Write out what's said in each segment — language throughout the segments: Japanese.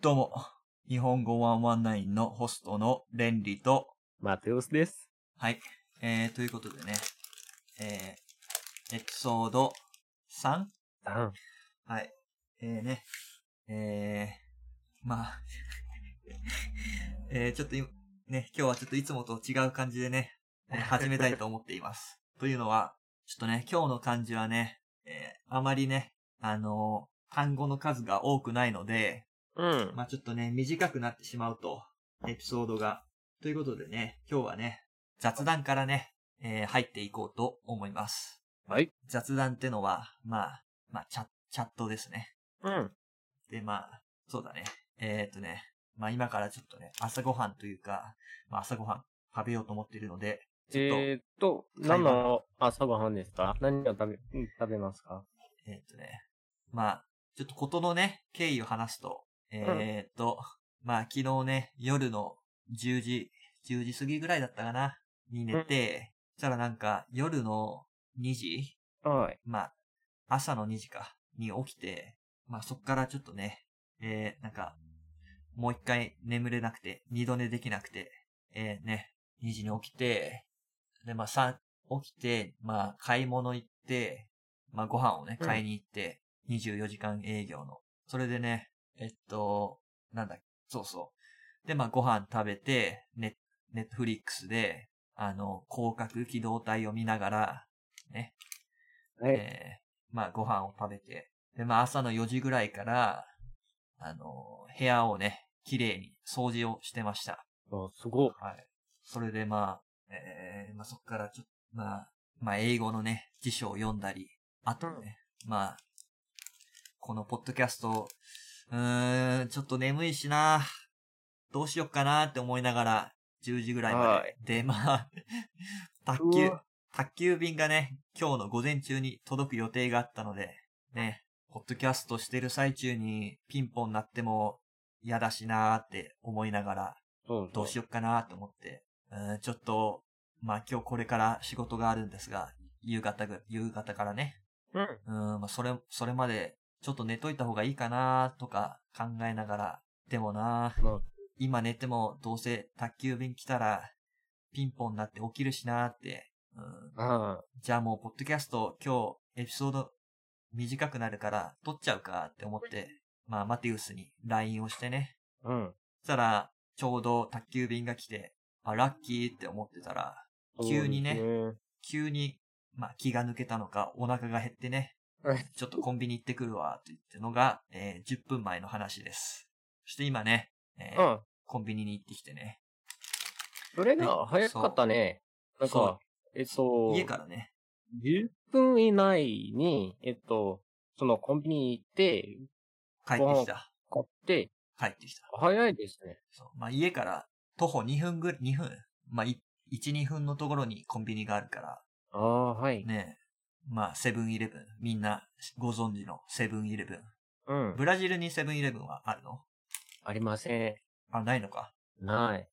どうも、日本語119のホストのレンリと、マテウスです。はい、えー、ということでね、えー、エピソード 3? 3。はい、えーね、えー、まあ、 えー、ちょっと今、ね、今日はちょっといつもと違う感じでね、えー始めたいと思っています。 というのは、ちょっとね、今日の感じはね、えー、あまりね、あのー単語の数が多くないので、うん。まあちょっとね、短くなってしまうと、エピソードが。ということでね、今日はね、雑談からね、えー入っていこうと思います。はい。雑談ってのは、まあ、まあ、チャチャットですね。うん。で、まあ、そうだね。えーっとね、まあ今からちょっとね、朝ごはんというか、まあ朝ごはん食べようと思っているので、ちょっと、ええーっと、何の朝ごはんですか何を食べ、うん食べますかーっとね、まあ、ちょっとことのね、経緯を話すと、えーっと、まあ昨日ね、夜の10時、10時過ぎぐらいだったかな、に寝て、そしたらなんか夜の2時はい。まあ、朝の2時か、に起きて、まあそっからちょっとね、えー、なんか、もう一回眠れなくて、二度寝できなくて、えー、ね、2時に起きて、で、まあ3、起きて、まあ買い物行って、まあご飯をね、うん買いに行って、24時間営業の。それでね、えっと、なんだっけ、そうそう。で、まあご飯食べて、ネネットフリックスで、あの、広角機動隊を見ながら、ね、はい。えーまあ、ご飯を食べて、で、まあ、朝の4時ぐらいから、あのー部屋をね、綺麗に掃除をしてました。あすごい。はい。それでまあ、えーまあ、そこからちょっと、まあ、まあ、英語のね、辞書を読んだり、あとね、まあ、このポッドキャスト、うーん、ちょっと眠いしな、どうしよっかなって思いながら、10時ぐらいまで。はいで、ま あ、卓球、宅急便がね、今日の午前中に届く予定があったので、ね、ポッドキャストしてる最中にピンポン鳴っても嫌だしなーって思いながら、そうどうしよっかなーって思って、うん、ちょっと、まあ今日これから仕事があるんですが、夕方ぐ、夕方からね、う。うん。うん、まあそれ、それまでちょっと寝といた方がいいかなーとか考えながら、でもなーまあ、今寝てもどうせ宅急便来たらピンポン鳴って起きるしなーって、うん、あじゃあもう、ポッドキャスト、今日、エピソード、短くなるから、撮っちゃうかって思って、まあ、マテウスに LINE をしてね。あ、うん。そしたら、ちょうど宅急便が来て、あ、ラッキーって思ってたら、急にねそう急に、まあ、気が抜けたのか、お腹が減ってねはい、ちょっとコンビニ行ってくるわ、って言ってのが、えー10分前の話です。そして今ね、えですねーうん。コンビニに行ってきてね、それが早かったね。なんそうか、えっと、家からね、 10分以内に、えっと、そのコンビニに行って、帰ってきた。買って、帰ってきた。早いですね。そう。まあ、家から徒歩2分ぐらい、2分まあ、い1、2分のところにコンビニがあるから、ああ、はい。ねまあ、セブンイレブン。みんなご存知のセブンイレブン。うんブ。ラジルにセブンイレブンはあるのありません。あ、ないのか。ない。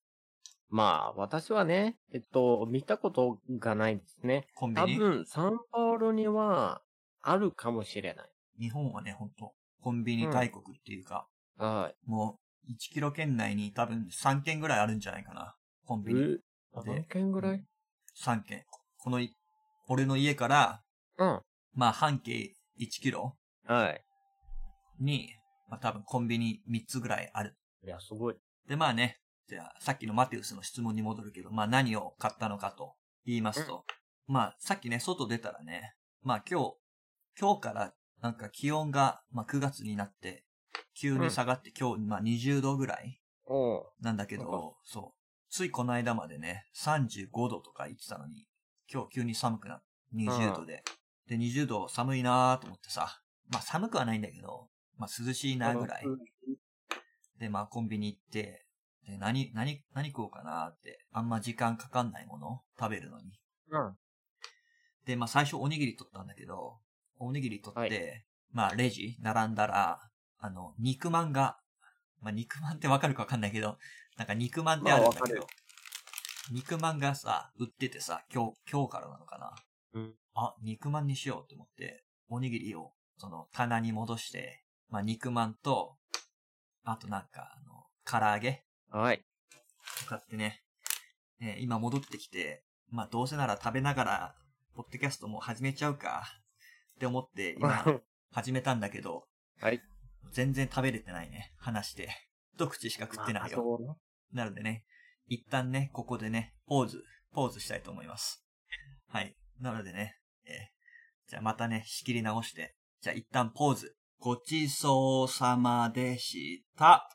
まあ、私はね、えっと、見たことがないですね。コンビ多ニ。分、サンパウロには、あるかもしれない。日本はね、ほんと、コンビニ大国っていうか、はもう、1キロ圏内に多分3軒ぐらいあるんじゃないかな。コンい。ビニ。う、何件ぐらい ?3 軒。このい、俺の家から、うん。まあ、半径1キロはい。に、まあ、多分コンビニ3つぐらいある。いや、すごい。で、まあね、じゃあ、さっきのマテウスの質問に戻るけど、まあ何を買ったのかと言いますと、まあさっきね、外出たらね、まあ今日、今日からなんか気温が、まあ9月になって、急に下がって今日、まあ20度ぐらいおうなんだけなんかど、そう。ついこの間までね、35度とか言ってたのに、今日急に寒くなって、20度で。で、20度寒いなーと思ってさ、まあ寒くはないんだけど、まあ涼しいなぐらい。で、まあコンビニ行って、で、何、何、何食おうかなって、あんま時間かかんないもの食べるのに。うん。で、まあ最初おにぎり取ったんだけど、おにぎり取って、はまあレジ並んだら、あの、肉まんが、まあ肉まんってわかるかわかんないけど、なんか肉まんってあるんだまあわけかるど、よ肉まんがさ、売っててさ、今日、今日からなのかな。うんあ、肉まんにしようと思って、おにぎりを、その棚に戻して、まあ肉まんと、あとなんか、あの、唐揚げはい。とかってね、えー今戻ってきて、まあどうせなら食べながら、ポッドキャストも始めちゃうか、って思って、今、始めたんだけど、 はい。全然食べれてないね、話して。一口しか食ってないよ。そうねなのでね、一旦ね、ここでね、ポーズ、ポーズしたいと思います。はい。なのでね、えーじゃあまたね、仕切り直して、じゃあ一旦ポーズ。ごちそうさまでした。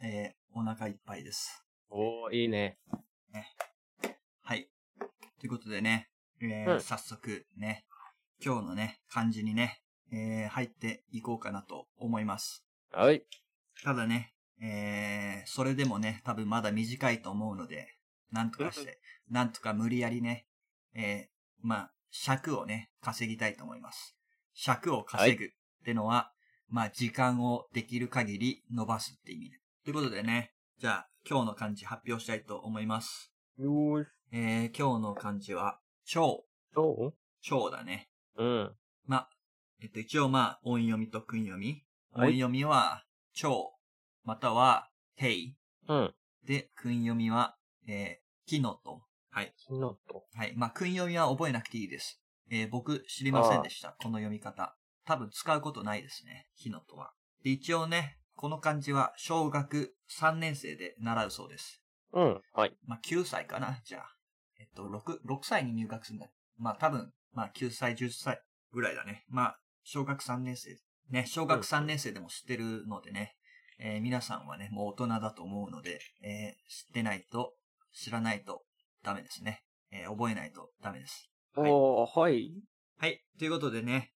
えーお腹いっぱいです。 おー、いいね。はい。ということでね、えーうん早速ね、今日のね、漢字にね、えー入っていこうかなと思います。はい。ただね、えー、それでもね、多分まだ短いと思うので、なんとかして、なんとか無理やりね、えー、まあ、尺をね、稼ぎたいと思います。尺を稼ぐってのは、まあ、時間をできる限り伸ばすって意味ね。ということでね、じゃあ、今日の漢字発表したいと思います。よーし。えー、今日の漢字は、蝶、そ蝶だね。ううん。まあ、えっと、一応まあ、音読みと訓読み。音はい読みは、蝶、または、へい。うん。で、訓読みは、えー、キノと。はい。きのと。はい。まあ、訓読みは覚えなくていいです。えー、僕、知りませんでした。この読み方。多分使うことないですね。キノとは。で、一応ね、この漢字は小学3年生で習うそうです。うん。はい。まあ、9歳かな、じゃあ。えっと、6、6歳に入学するんだ。まあ、多分、まあ、9歳、10歳ぐらいだね。まあ、小学3年生。ね、小学3年生でも知ってるのでね、えー皆さんはね、もう大人だと思うので、えー知ってないと、知らないとダメですね。えー覚えないとダメです。はいおー、はい。はい。ということでね、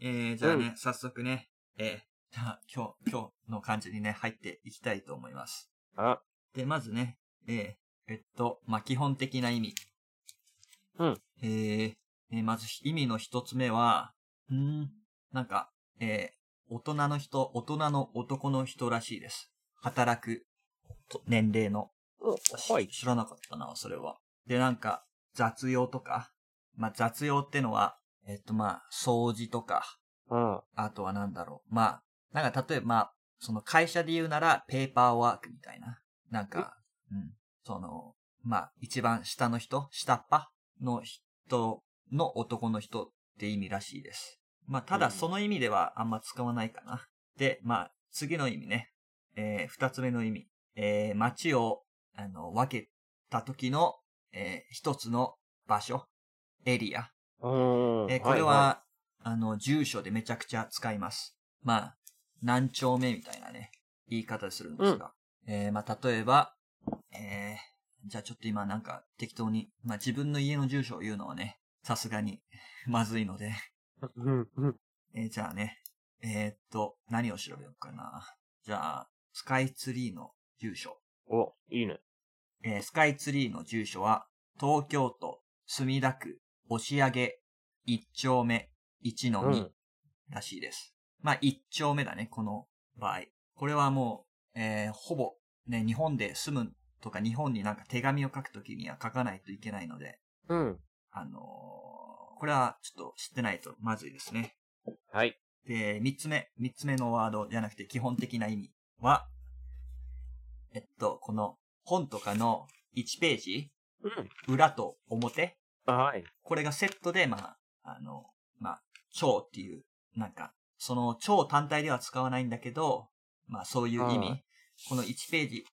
えー、じゃあね、う早速ね、えー、じゃあ、今日、今日の感じにね、入っていきたいと思います。あ、で、まずね、えーえっと、まあ、基本的な意味。うん。えーえーまず意味の一つ目は、うーんなんか、えー大人の人、大人の男の人らしいです。働くと年齢の。おしはい。知らなかったな、それは。で、なんか、雑用とか。まあ、雑用ってのは、えっと、まあ、掃除とか、うん。あとはなんだろう。まあ、なんか例えば、まあ、その会社で言うなら、ペーパーワークみたいな。なんか、うん。その、まあ、一番下の人、下っ端の人の男の人って意味らしいです。まあ、たうだんその意味ではあんま使わないかな。で、まあ、次の意味ね。えー二つ目の意味。えー街を、あの、分けた時の、えー一つの場所、エリア。うん。えーこれは、、あの、住所でめちゃくちゃ使います。まあ、何丁目みたいなね、言い方するんですが。えーまあ、例えば、えーじゃあちょっと今なんか適当に、まあ自分の家の住所を言うのはね、さすがに まずいので、うん。うん。えーじゃあね、えーっと、何を調べようかな。じゃあ、スカイツリーの住所。お、いいね。えースカイツリーの住所は、東京都墨田区押上1丁目1の2。うん。らしいです。まあ、一丁目だね、この場合。これはもう、えーほぼ、ね、日本で住むとか、日本になんか手紙を書くときには書かないといけないので、うん。あのーこれはちょっと知ってないとまずいですね。はい。で、三つ目、三つ目のワードじゃなくて基本的な意味は、えっと、この本とかの1ページ、うん。裏と表はい。これがセットで、まあ、あの、まあ、蝶っていう、なんか、その蝶単体では使わないんだけど、まあそういう意うん味、この1ページ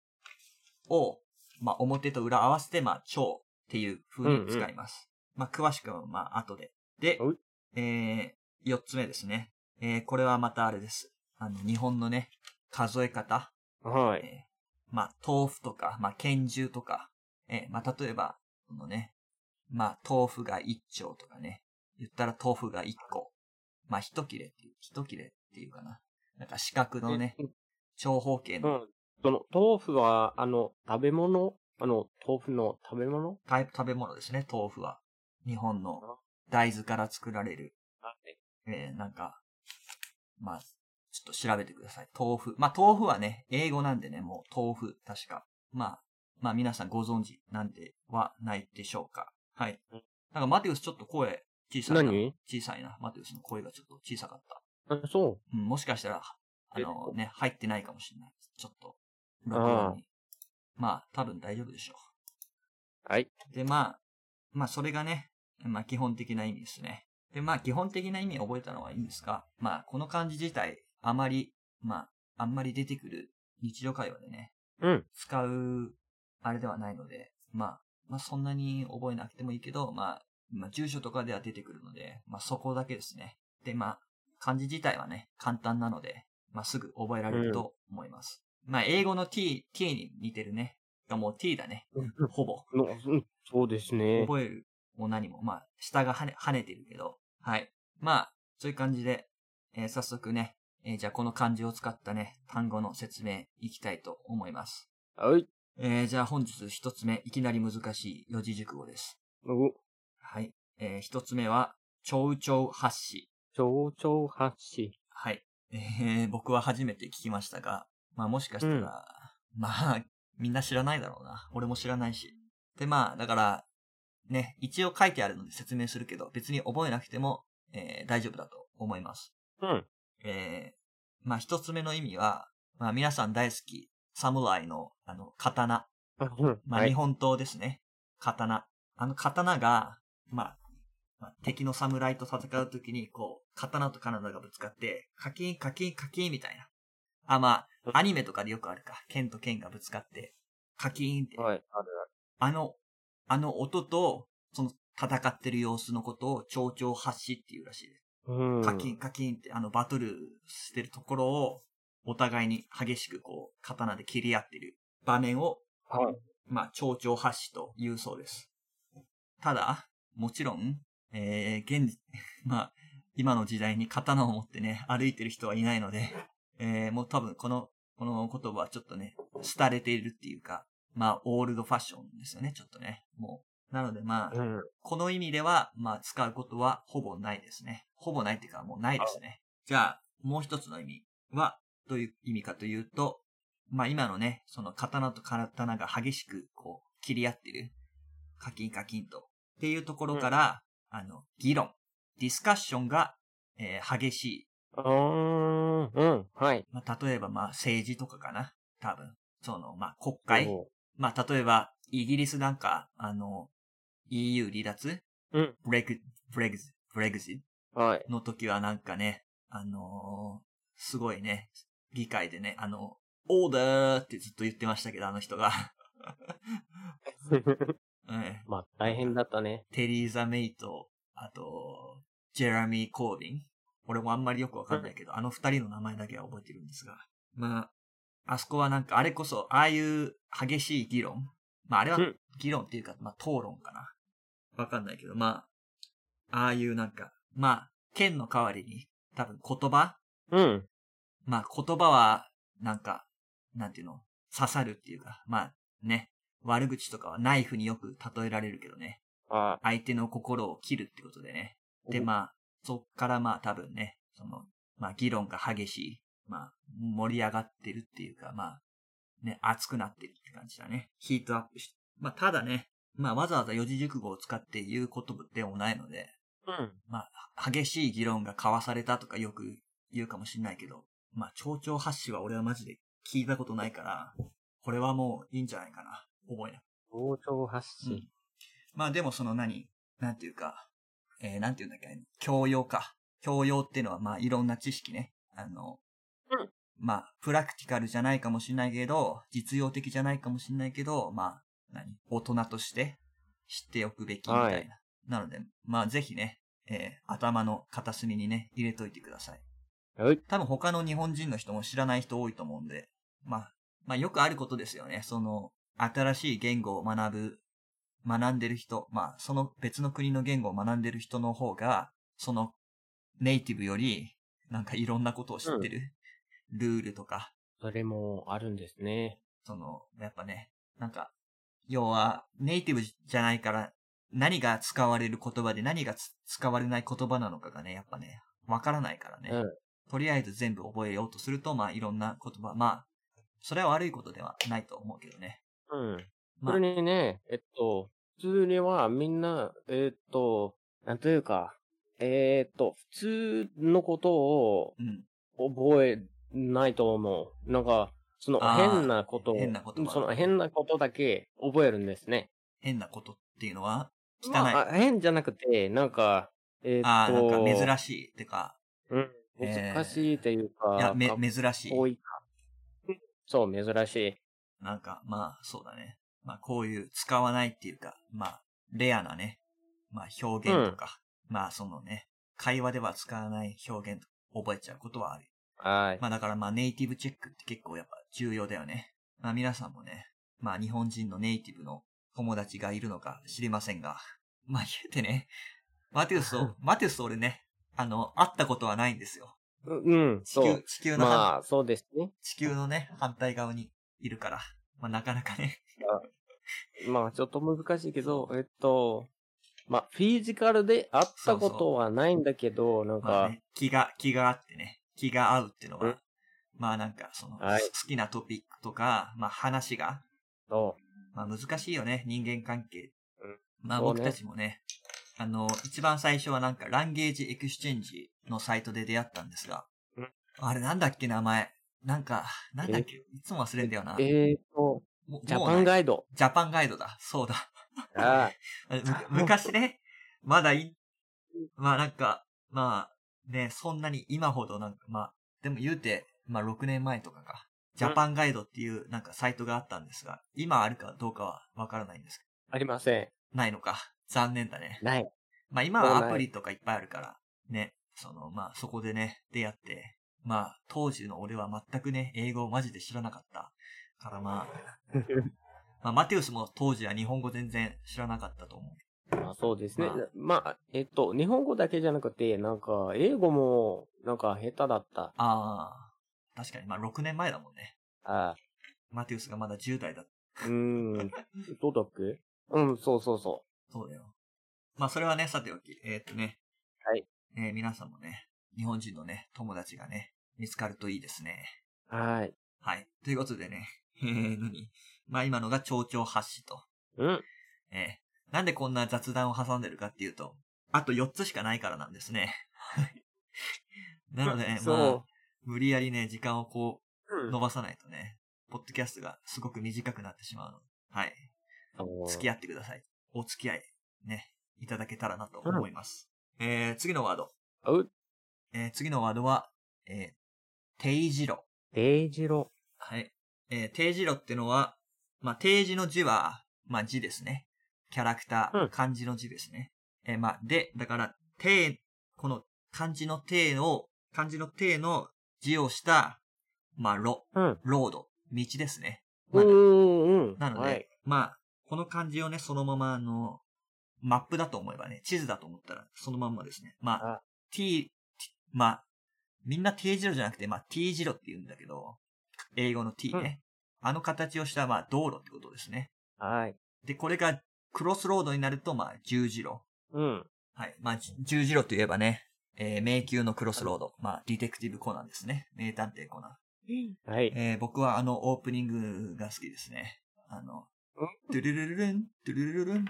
を、まあ表と裏合わせて、まあ蝶っていう風に使います。まあ詳しくは、まあ後で。ではい、えー、4つ目ですね。えー、これはまたあれです。あの、日本のね、数え方。はい。えーまあ、豆腐とか、まあ、拳銃とか、えーまあ、例えば、このね、まあ、豆腐が一丁とかね、言ったら豆腐が一個。まあ、一切れっていう、一切れっていうかな。なんか四角のね、長方形うのん。その、豆腐は、あの、食べ物あの、豆腐の食べ物タイプ食べ物ですね、豆腐は。日本の大豆から作られる、はい。えーなんか、まあ、ちょっと調べてください。豆腐。まあ、豆腐はね、英語なんでね、もう豆腐、確か。まあ、まあ皆さんご存知なんではないでしょうか。はいうん。なんかマテウスちょっと声小さいな。何小さいな。マテウスの声がちょっと小さかった。あそうう。ん、もしかしたらあのね、入ってないかもしれないです。ちょっと、録音に。まあ、多分大丈夫でしょはい。う。で、まあ、まあ、それがね、まあ、基本的な意味ですね。で、まあ、基本的な意味を覚えたのはいいんですが、まあ、この漢字自体、あまり、まあ、あんまり出てくる日常会話でね、うん。使う、あれではないので、まあ、まあ、そんなに覚えなくてもいいけど、まあ、まあ、住所とかでは出てくるので、まあ、そこだけですね。で、まあ、漢字自体はね、簡単なので、まあ、すぐ覚えられると思います。まあ、英語の t, t に似てるね。いやもう t だね。ほぼ。のうんそうですね。覚えるも何も、まあ、下が跳ね跳ねてるけど、はい。まあ、そういう感じで、えー早速ね、えーじゃあこの漢字を使ったね、単語の説明いきたいと思います。はい。えーじゃあ本日一つ目、いきなり難しい四字熟語です。お、はい。えー一つ目は、蝶々発し。蝶々発し。はい。えー僕は初めて聞きましたが、まあもしかしたら、うんまあ、みんな知らないだろうな。俺も知らないし。で、まあ、だから、ね、一応書いてあるので説明するけど、別に覚えなくても、えー大丈夫だと思います。うん。えーまあ一つ目の意味は、まあ皆さん大好き、侍の、あの、刀。あうんまあ、は日い。本刀ですね。刀。あの刀が、まあ、まあ敵の侍と戦うときに、こう、刀と体がぶつかって、カキンカキンカキンみたいな。あ、まあ、アニメとかでよくあるか。剣と剣がぶつかって、カキンって。はい。あるあの、あの音と、その戦ってる様子のことを、蝶々発しっていうらしいです。ある。うん。カキンカキンって、あの、バトルしてるところを、お互いに激しくこう、刀で切り合ってる場面をはい。まあ、蝶々発しというそうです。ただ、もちろん、えー、現、 まあ、今の時代に刀を持ってね、歩いてる人はいないので、えー、もう多分この、この言葉はちょっとね、廃れているっていうか、まあ、オールドファッションですよね、ちょっとね。もう。なのでまうあ、ん。この意味では、まあ、使うことはほぼないですね。ほぼないっていうか、もうないですね。じゃあ、もう一つの意味は、どういう意味かというと、まあ今のね、その刀と刀が激しくこう切り合ってる。カキンカキンと。っていうところから、あの、議論、ディスカッションが、えー激しい。あー、うん。はい。まあ例えばまあ政治とかかな。多分。その、まあ国会。おまあ例えば、イギリスなんか、あの、EU 離脱うん。ブレグ、ブレグズ、ブレグジはい。 の時はなんかね、あのーすごいね、議会でね、あの、オーダーってずっと言ってましたけど、あの人が。 うん、まあ、大変だったね。テリーザ・メイと、あと、ジェラミー・コービン。俺もあんまりよくわかんないけど、あの二人の名前だけは覚えてるんですが。まあ、あそこはなんか、あれこそ、ああいう激しい議論。まあ、あれはうん議論っていうか、まあ、討論かな。わかんないけど、まあ、ああいうなんか、まあ、剣の代わりに、多分言葉うん。まあ言葉は、なんか、なんていうの、刺さるっていうか、まあね、悪口とかはナイフによく例えられるけどね、は相手の心を切るってことでね。い。でまあ、そっからまあ多分ね、その、まあ議論が激しい、まあ盛り上がってるっていうか、まあ、ね、熱くなってるって感じだね。ヒートアップして。まあただね、まあわざわざ四字熟語を使って言うことでもないので、うん。激しい議論が交わされたとかよく言うかもしんないけど、まあ、蝶々発しは俺はマジで聞いたことないから、これはもういいんじゃないかな。覚えなく膨張発て。信。まあでもその何なんていうか、えー、なんていうんだっけね教養か。教養っていうのはまあいろんな知識ね。あの、うんまあ、プラクティカルじゃないかもしんないけど、実用的じゃないかもしんないけど、まあ、何大人として知っておくべきみたいな。はいなので、まあぜひね、えー頭の片隅にね、入れといてください。はい。多分他の日本人の人も知らない人多いと思うんで、まあ、まあよくあることですよね。その、新しい言語を学ぶ、学んでる人、まあその別の国の言語を学んでる人の方が、そのネイティブより、なんかいろんなことを知ってる。ルールとか、それもあるんですね。その、やっぱね、なんか、要はネイティブじゃないから、何が使われる言葉で何がつ使われない言葉なのかがね、やっぱね、わからないからね。うんとりあえず全部覚えようとすると、まあいろんな言葉、まあ、それは悪いことではないと思うけどね。うん。まそあ、れにね、えっと、普通にはみんな、えっと、なんというか、えっと、普通のことをうん。覚えないと思う。なんか、そのあー変なことを、変なことがその変なことだけ覚えるんですね。変なことっていうのは、汚い。まあ、あ変じゃなくて、なんか、えーっと、ああ、なんか珍しい。てか、うんえー難しいというか、いや、めかっ、珍しい。こいいか。そう、珍しい。なんか、まあ、そうだね。まあ、こういう使わないっていうか、まあ、レアなね、まあ、表現とか、まあ、そのね、会話では使わない表現と覚えちゃうことはある。はい。まあ、だからまあ、ネイティブチェックって結構やっぱ重要だよね。まあ、皆さんもね、まあ、日本人のネイティブの友達がいるのか知りませんが、まあ、言うてね、マテウス を、マテウスと俺ね、あの、会ったことはないんですよ。ううん、地そ球う、。地球の反、まあ、そうですね。地球のね、反対側にいるから、まあ、なかなかね、まあ、ちょっと難しいけど、えっと、まあ、フィジカルで会ったことはないんだけど、なんまあか、ね、気が、気があってね、気が合うっていうのうんは、まあなんかその、はい好きなトピックとか、まあ話が、そまあ難しいよね、人間関係うん。まあそう僕ねたちもね、あの、一番最初はなんかランゲージエクスチェンジのサイトで出会ったんですがうん、あれなんだっけ名前。なんか、なんだっけいつも忘れんだよな。う。えっと、もジ ャもうパなンいガイド。ジャパンガイドだ。そうだ。ああむ昔ね、まだい、まあなんか、まあね、そんなに今ほどなんか、まあ、でも言うて、まあ6年前とかか、ジャパンガイドっていうなんかサイトがあったんですが、今あるかどうかはわからないんですけありません。ど、ないのか。残念だね。 ない。まあ今はもうないアプリとかいっぱいあるから、ね、そのまあそこでね、出会って、まあ当時の俺は全くね、英語をマジで知らなかったからまあ、まあマテウスも当時は日本語全然知らなかったと思う。まあ、そうですね。まあまあ、えっと、日本語だけじゃなくて、なんか、英語も、なんか、下手だった。ああ、確かに。まあ、6年前だもんね。あマテウスがまだ10代だった。うー ん。どうだっけうん、そうそうそそうだよ。まあ、それはね、さておき、えーっとね。はい。えー皆さんもね、日本人のね、友達がね、見つかるといいですね。う。はい。はい。ということでね、 えー、何まあ、今のが蝶々発信と。うん。えー、なんでこんな雑談を挟んでるかっていうと、あと4つしかないからなんですね。 なので、まあそ、無理やりね、時間をこう、う。うん伸ばさないとね、ポッドキャストがすごく短くなってしまうので。はい。付き合ってください。お付き合い、ね、いただけたらなと思います。えー、次のワード。う、えー、次のワードは、えー、定時路。デイジロ。はい。えー、定時路ってのは、まあ、定時の字は、まあ、字ですね。キャラクター、うん漢字の字ですね。えー、まあ、で、だから、定、この漢字の定を、漢字の定の字をした、まあ、路、うん。ロード、道ですね。うまあん、うん。なので、はい。まあ、この漢字をね、そのまま、あの、マップだと思えばね、地図だと思ったら、そのまんまですね。まあ、あ t、t まあ、みんな t 字路じゃなくて、まあ、t 字路って言うんだけど、英語の t ね。あの形をした、まあ、道路ってことですね。はい。で、これがクロスロードになると、まあ、十字路。うん。はい。まあ、じ十字路といえばね、えー迷宮のクロスロード。まあ、ディテクティブコナンですね。名探偵コナン。はい。えー僕はあのオープニングが好きですね。あのうん、トゥルルルルン、トゥルルルルン、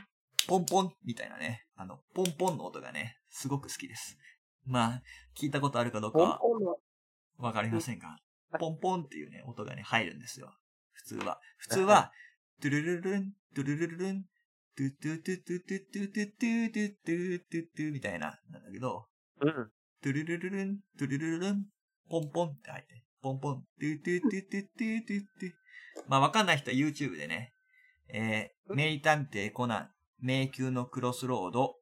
ポンポンみたいなね、あの、ポンポンの音がね、すごく好きです。まあ、聞いたことあるかどうかポンはポンのわかりませんが、ポンポンっていうね、音がね、入るんですよ。普通は。普通はは、トゥルルルン、トゥルルルルン、トゥトゥトゥトゥトゥトゥトゥトゥトゥトゥトゥトゥみたいな、なんだけど、うん。トゥルルルルン、トゥルルルルン、ポンポンって入って、ポンポン、トゥトゥトゥトゥトゥトゥトゥ。まあ、わかんない人は YouTube でね、えー、名探偵コナン、迷宮のクロスロード、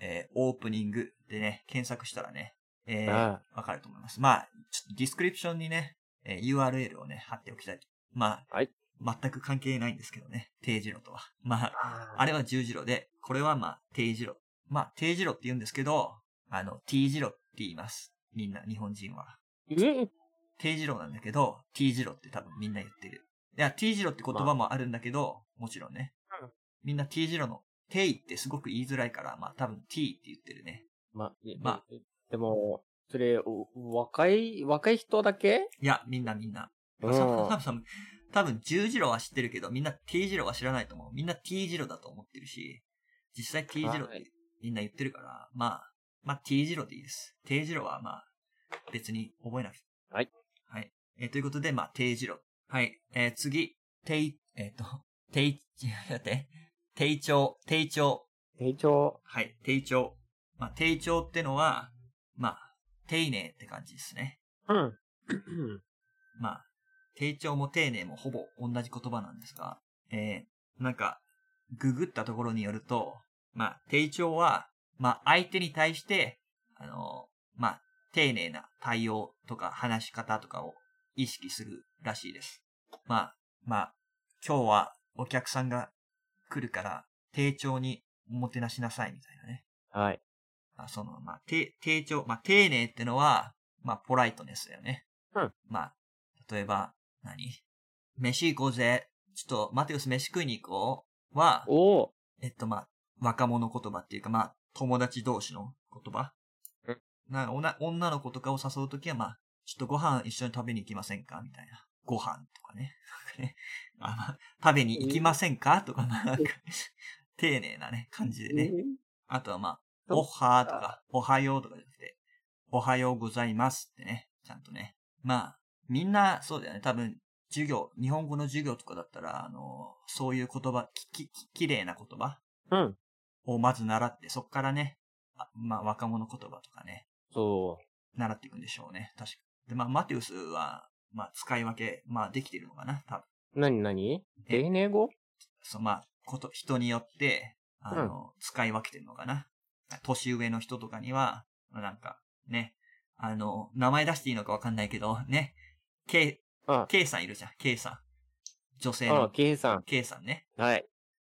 えー、オープニングでね、検索したらね、えー、あわかると思います。まあ、ちょっとディスクリプションにね、えー、URL をね、貼っておきたいと。まあ、はい全く関係ないんですけどね、定時路とは。まあ、ああれは十字路で、これはまあ、定時路。まあ、定時路って言うんですけど、あの、T 字路って言います。みんな、日本人は。うん。定時路なんだけど、T 字路って多分みんな言ってる。いや、T 字路って言葉もあるんだけど、もちろんねうん。みんな T 字路の、定位ってすごく言いづらいから、まあ多分 T って言ってるね。ま、えまあ、えでも、それ、お若い、若い人だけいや、みんなみんな。多うん。分多分多分十字路は知ってるけど、みんな T 字路は知らないと思う。みんな T 字路だと思ってるし、実際 T 字路っはいてみんな言ってるから、まあ、まあ T 字路でいいです。T 字路はまあ、別に覚えなくて。はい。はい。えーということで、まあ、定時路。はい。えー次、定、えっ、と、 定、待って、定調、定調。定調。はい、定調。まあ、定調ってのは、まあ、丁寧って感じですね。うん。 まあ、丁重も丁寧もほぼ同じ言葉なんですが、えー、なんか、ググったところによると、まあ、丁重は、まあ、相手に対して、あのーまあ、丁寧な対応とか話し方とかを意識するらしいです。まあ、まあ、今日はお客さんが来るから、丁重におもてなしなさいみたいなね。はい。まあ、その、まあ、て、丁重、まあ、丁寧ってのは、まあ、ポライトネスだよね。うん。まあ、例えば、何飯行こうぜ。ちょっと、マテウス飯食いに行こう。は、おお。えっと、まあ、若者言葉っていうか、まあ、友達同士の言葉。うんなおな女の子とかを誘うときは、まあ、ちょっとご飯一緒に食べに行きませんかみたいな。ご飯とかね。 なんかねあまあ食べに行きませんかとか、まあ、なんか、丁寧なね、感じでね。あとはまあ、そうおはーとか、おはようとかじゃなくて、おはようございますってね、ちゃんとね。まあ、みんなそうだよね、多分、授業、日本語の授業とかだったら、あの、そういう言葉、き、き、ききれいな言葉うん。をまず習って、そっからね、あまあ、若者言葉とかね、そ習っていくんでしょうね、確か。で、まあ、マテウスは、まあ、使い分け、まあ、できてるのかな、多分。う。なになに丁寧語そう、まあ、こと、人によって、あの、使い分けてるのかな。年上の人とかには、まあなんか、ね、あの、名前出していいのかわかんないけど、ね、K、あ K さんいるじゃん、K さん。女性ああ、の計算。 K さんね。はい。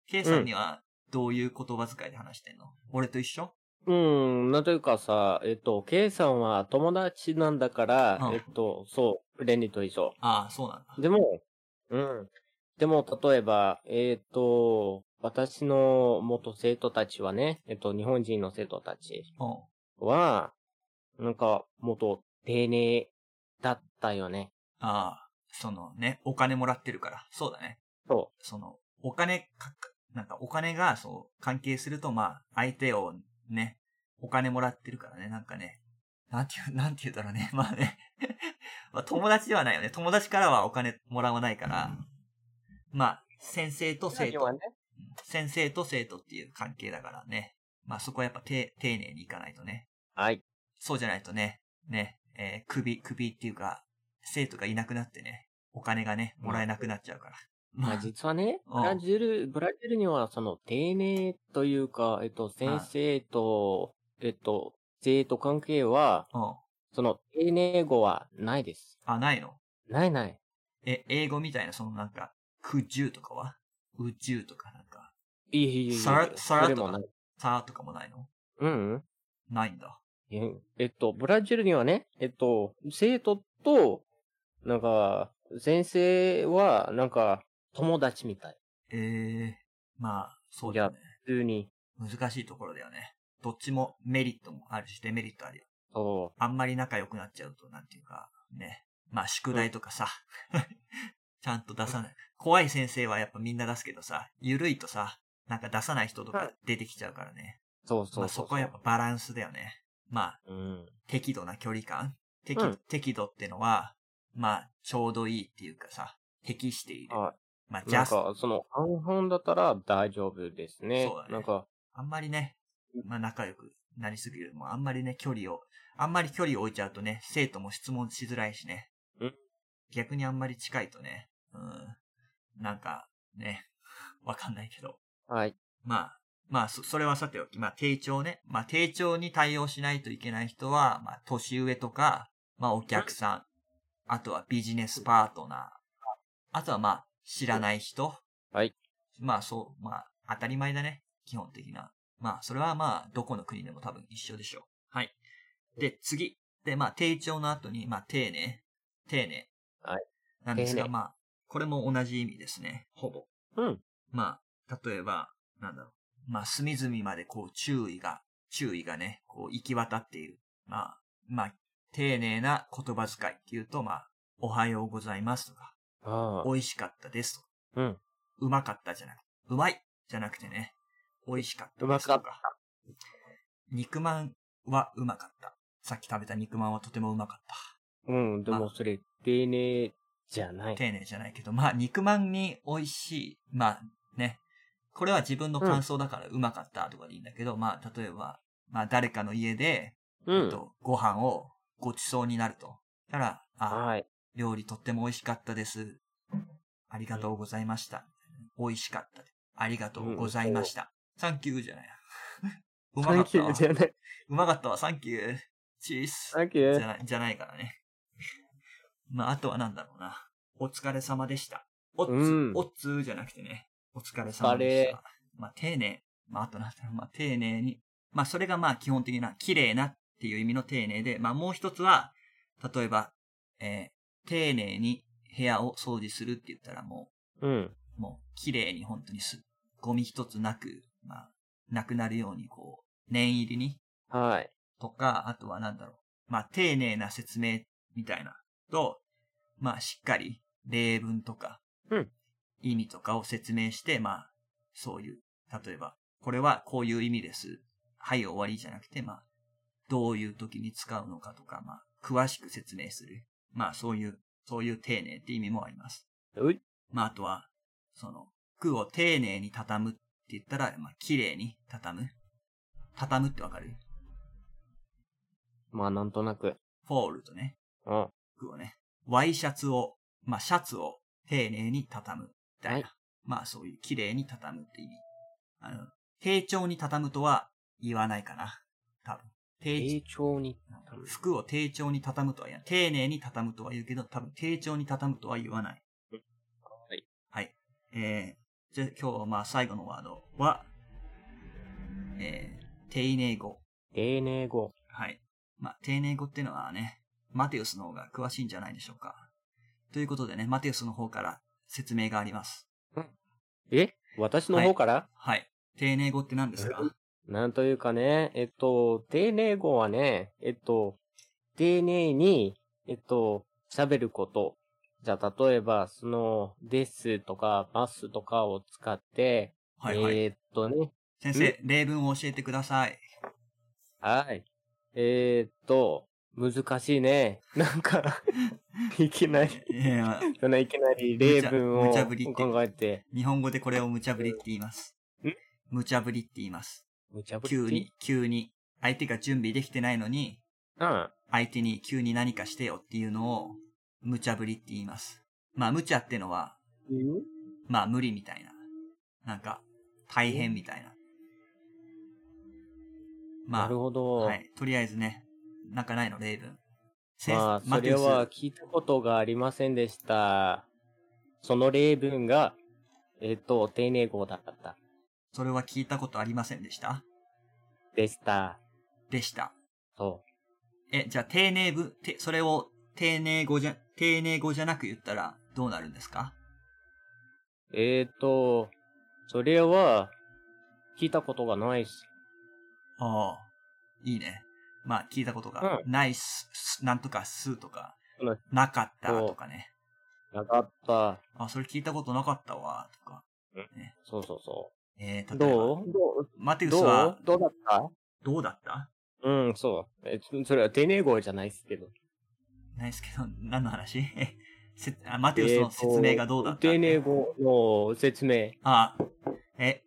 K さんには、どういう言葉遣いで話してんの、俺と一緒うん、なというかさ、えっと、計算は友達なんだから、うんえっと、そう、便利と一緒。ああ、そうなんだ。でも、うん。でも、例えば、えっ、と、私の元生徒たちはね、えっ、と、日本人の生徒たちうん。は、なんか、元、丁寧だったよね。ああ、そのね、お金もらってるから。そうだね。そその、お金かか、なんかお金が、そう、関係すると、まあ、相手をね、お金もらってるからね、なんかね、なんていう、なんて言うだろうね、 まあね、まあ友達ではないよね。友達からはお金もらわないから、まあ、先生とう。生は徒、ね。先生と生徒っていう関係だからね、まあそこはやっぱて丁寧にいかないとね、はい。そうじゃないとね、ね、えー首、首っていうか、生徒がいなくなってね、お金がね、もらえなくなっちゃうから。まあ、あ実はね、うんブラジル、ブラジルには、その、丁寧というか、えっと、先生と、えっと、生徒関係は、うん。その、丁寧語はないです。あ、ないのないない。え、英語みたいな、そのなんか、苦渋とかは宇宙とかなんか、いい、いい、いい。さらさらそれっともかない。さーとかもないのうんうん。ないんだ。ええっと、ブラジルにはね、えっと、生徒と、なんか、先生は、なんか、友達みたい。ええまあ、そうだよね。普通に。難しいところだよね。どっちもメリットもあるし、デメリットあるよ。そあんまり仲良くなっちゃうと、なんていうか、ね。まあ、宿題とかさ、 ちゃんと出さない。怖い先生はやっぱみんな出すけどさ、ゆるいとさ、なんか出さない人とはかい出てきちゃうからね。う。そうそうまあ、そこはやっぱバランスだよね。まあ、うん。適度な距離感適,、うん適度ってのは、まあ、ちょうどいいっていうかさ、適している。はまあ、い。ジなんャスト。か、その、半々だったら大丈夫ですね。そうだねなんか、あんまりね、まあ、仲良くなりすぎるよりも、あんまりね、距離を、あんまり距離を置いちゃうとね、生徒も質問しづらいしね。うん逆にあんまり近いとね、うん、なんか、ね、わかんないけど。はい。まあ、まあ、そそれはさておき、まあ、丁重ね。まあ、丁重に対応しないといけない人は、まあ、年上とか、まあ、お客さん、あとはビジネスパートナー、あとはまあ、知らない人。はい。まあ、そう、まあ、当たり前だね。基本的な。まあ、それはまあ、どこの国でも多分一緒でしょう。はい。で、次。で、まあ、丁重の後に、まあ、丁寧。丁寧。はい。なんですが、丁寧まあ、これも同じ意味ですね。ほぼ。うん。まあ、例えば、なんだろう。まあ、隅々までこう、注意が、注意がね、こう、行き渡っている。まあ、まあ、丁寧な言葉遣いっていうと、まあ、おはようございますとか、ああ。美味しかったですとか、うん。うまかったじゃなく、うまいじゃなくてね、美味しかったうまですかとっか、肉まんはうまかった。さっき食べた肉まんはとてもうまかった。うん、でまもあそれ、丁寧じゃない。丁寧じゃないけど、まあ、肉まんに美味しい。まあ、ね。これは自分の感想だからうまかったとかでいいんだけど、まあ、例えば、まあ、誰かの家で、うえっん。と、ご飯をごちそうになると。だから、あ、はい。料理とっても美味しかったです。ありがとうございました。美味しかった。ありがとうございました。サンキューじゃない。うまかサンったキュわー。じゃない。うまかったわ。サンキュー。チースサ。ンキュじゃー。ない、じゃないからね。 まあ、あとはなんだろうな。お疲れ様でした。おっつ、うんおっつーじゃなくてね。お疲れ様でした。まあ、丁寧。まあ、あとなんだろう。まあ、丁寧に。まあ、それがまあ、基本的な、綺麗なっていう意味の丁寧で、まあ、もう一つは、例えば、えー丁寧に部屋を掃除するって言ったらもうん。う、もう、綺麗に本当にす、ゴミ一つなく、まあ、なくなるように、こう、念入りにはい。とか、あとはなんだろう。まあ、丁寧な説明みたいな。と、まあ、しっかり例文とか、うん意味とかを説明して、まあ、そういう、例えば、これはこういう意味です。はい、終わりじゃなくて、まあ、どういう時に使うのかとか、まあ、詳しく説明する。まあ、そういう、そういう丁寧って意味もあります。ういまあ、あとは、その、服を丁寧に畳むって言ったら、まあ、綺麗に畳む。畳むってわかるまあ、なんとなく。フォールとね。うん。服をね、ワイシャツを、まあ、シャツを丁寧に畳む。みたいな。はいまあ、そういう綺麗に畳むって意味。あの、丁重に畳むとは言わないかな。多分。丁丁重に。服を丁重に畳むとは言わない。丁寧に畳むとは言うけど、多分丁重に畳むとは言わない。はい。はい。えー、じゃあ今日はまあ最後のワードは、えー、丁寧語。丁寧語。はい。まあ、丁寧語っていうのはね、マテウスの方が詳しいんじゃないでしょうか。ということでね、マテウスの方から説明があります。え私の方から、はい。丁寧語って何ですかなんというかね、えっと、丁寧語はね、えっと、丁寧に、えっと、喋ること。じゃあ、例えば、その、ですとか、ますとかを使って、はいはい。えーっとね、先生、例文を教えてください。 はい。えーっと、難しいね。 な んか、いきなり、いやそのいきなり例文無を茶ぶりって考えて、日本語でこれを無茶ぶりって言いますん。無茶ぶりって言います。無茶ぶりっ急てに、急に、相手が準備できてないのに、うん。相手に急に何かしてよっていうのを、無茶ぶりって言います。まあ、無茶ってのは、まあ無理みたいな。なんか、大変みたいな。まなるあ、ほど。はい。とりあえずね、なんかないの、例文。先まあ、それは聞いたことがありませんでした。その例文が、えっ、と、丁寧語だった。それは聞いたことありませんでしたでした。でした。そえ、じゃあ、丁寧文、て、それを丁寧語じゃ、丁寧語じゃなく言ったらどうなるんですかう。えっ、と、それは、聞いたことがないっす。ああ、いいね。まあ、聞いたことが、ないす、すなんとかすとかうん、なかったとかね。なかった。あ、それ聞いたことなかったわ、とか。そうそうそえー、う。例えば、どうどマテうウスどはうどうだったどうだったうん、そう。え、それは丁寧語じゃないっすけど。ないですけど、何の話 せあマテウスの説明がどうだったえーと丁寧語の説明。あえ、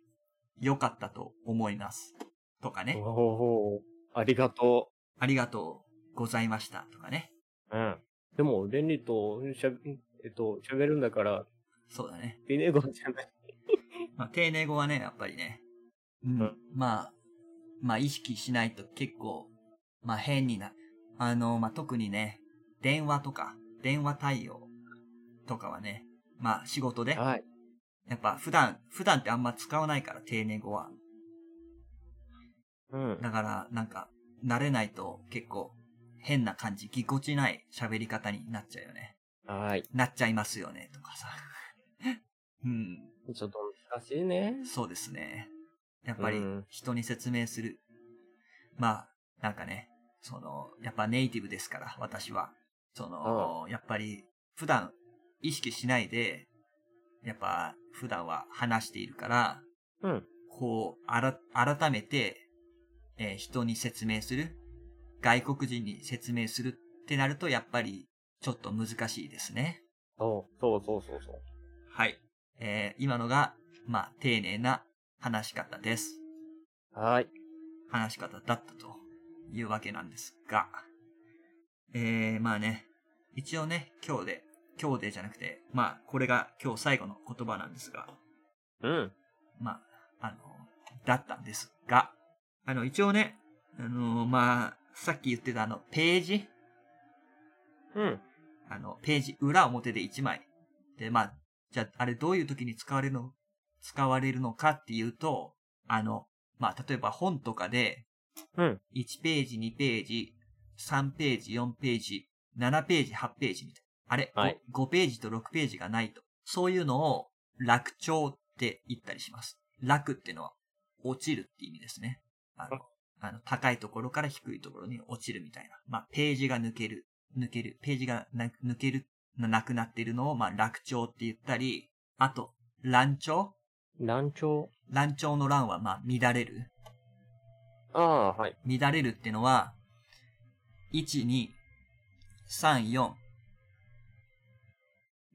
良かったと思います。とかね。おおありがとう。ありがとうございました。とかね。うん。でも、レンリとしゃ、えっと、喋るんだから、そうだね。ビネゴじゃない。まあ、丁寧語はね、やっぱりね。うん。うんまあ、まあ、意識しないと結構、まあ、変にな、あの、まあ、特にね、電話とか、電話対応とかはね、まあ、仕事で、 はい。やっぱ普段、普段ってあんま使わないから、丁寧語は。うん。だから、なんか、慣れないと結構変な感じ、ぎこちない喋り方になっちゃうよね。はい。なっちゃいますよね、とかさ。 うん、ちょっと難しいね。そうですね。やっぱりうん人に説明する。まあ、なんかね、その、やっぱネイティブですから、私は。その、やっぱり普段意識しないで、やっぱ普段は話しているから、うん。こう、あら、改めて、えー人に説明する。外国人に説明するってなると、やっぱり、ちょっと難しいですね。そう、そうそうそうそう。はい。えー、今のが、まあ、丁寧な話し方です。はーい。話し方だったというわけなんですが、えー、まあね、一応ね、今日で、今日でじゃなくて、まあ、これが今日最後の言葉なんですが、うん。まあ、あの、だったんですが、あの、一応ね、あの、まあ、さっき言ってたあの、ページうん。あの、ページ、裏表で1枚。で、まあ、じゃあ、あれどういう時に使われるの、使われるのかっていうと、あの、まあ、例えば本とかで、うん。 1ページ、2ページ、3ページ、4ページ、7ページ、8ページみたいな。あれ、はい5ページと6ページがないと。そういうのを、落丁って言ったりします。落ってのは、落ちるって意味ですね。あの、あの高いところから低いところに落ちるみたいな。まあ、ページが抜ける、抜ける、ページがな抜ける、ななくなっているのを、まあ、落丁って言ったり、あと、乱調乱調。乱調の乱は、まあ、乱れる。ああ、はい。乱れるってのは、1、2、3、4、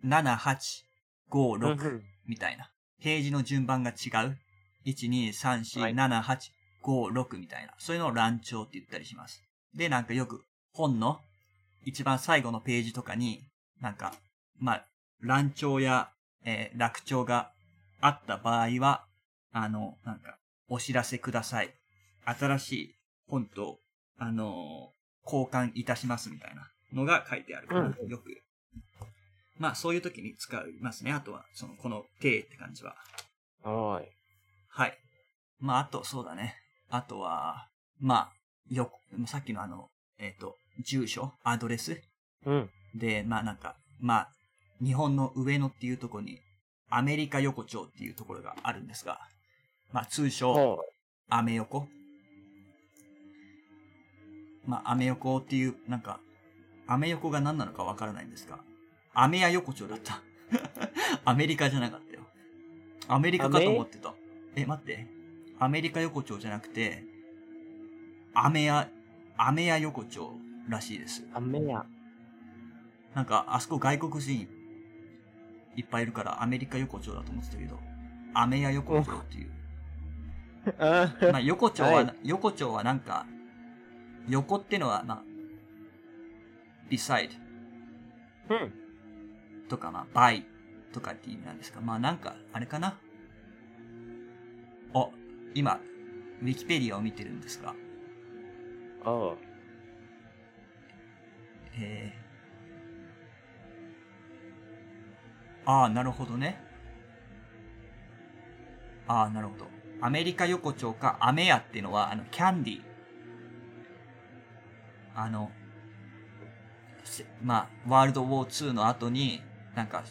7、8、5、6うんみたいな。ページの順番が違う。1、2、3、4、はい7、8、5、6みたいな。そういうのを乱調って言ったりします。で、なんかよく本の一番最後のページとかに、なんか、まあ、乱調や、えー落調があった場合は、あの、なんか、お知らせください。新しい本と、あのー交換いたしますみたいなのが書いてあるから、よく。まあ、そういう時に使いますね。あとは、その、この、てって感じは。うん。はーい。はい。まあ、あと、そうだね。あとは、まあ、よ、さっきのあの、えっ、と、住所、アドレスうん。で、まあなんか、まあ、日本の上野っていうところに、アメリカ横丁っていうところがあるんですが、まあ通称、はアメ横。まあ、アメ横っていう、なんか、アメ横が何なのかわからないんですが、アメ屋横丁だった。 アメリカじゃなかったよ。アメリカかと思ってた。え、待って。アメリカ横丁じゃなくて、アメ屋、アメ屋横丁らしいです。い。雨や。なんか、あそこ外国人いっぱいいるから、アメリカ横丁だと思ってたけど、アメヤ横丁っていう。あまあ、横丁は、はい横丁はなんか、横ってのは、まあ、beside うん。とか、まあ、by とかって意味なんですが、まあ、なんか、あれかな。あ、今、ウィキペディアを見てるんですが、あえー、ああ、なるほどね。ああ、なるほど。アメリカ横丁か、アメヤっていうのは、あの、キャンディー。あの、せまあ、ワールドウォー2の後に、なんか、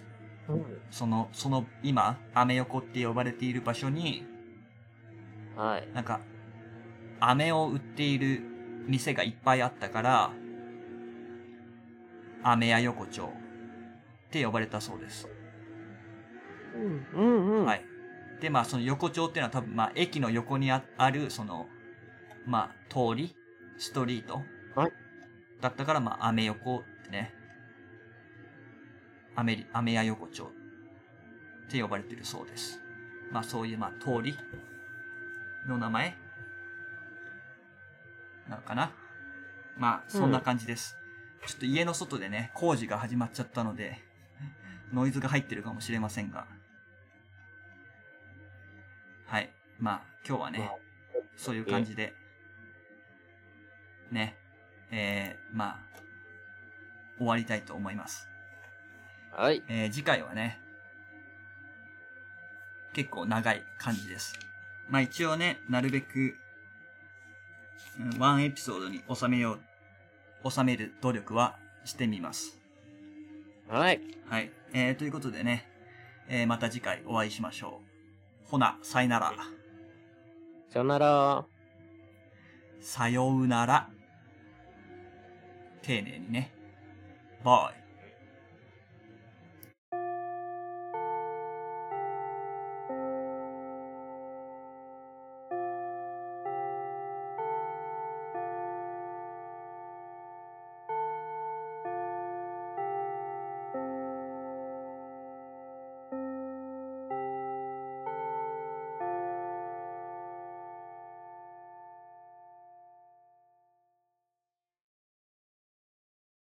あ。うん。その、その、今、アメ横って呼ばれている場所に、はい。なんか、飴を売っている店がいっぱいあったから、飴屋横丁って呼ばれたそうです。うん。うん。うん。はい。で、まあその横丁っていうのは多分まあ駅の横にああるその、まあ通り、ストリート。はいだったからまあ飴横ってね、飴り飴屋横丁って呼ばれてるそうです。まあそういうまあ通りの名前なのかな。まあそんな感じです。ちょっと家の外でね、工事が始まっちゃったので、ノイズが入ってるかもしれませんが。はい。まあ、今日はね、そういう感じで、ね、えー、まあ、終わりたいと思います。はい。えー、次回はね、結構長い感じです。まあ一応ね、なるべく、うんワンエピソードに収めよう、収める努力はしてみます。はい。はい。えー、ということでね、えー、また次回お会いしましょう。ほな、さよなら。さよなら。さようなら。丁寧にね。バイ。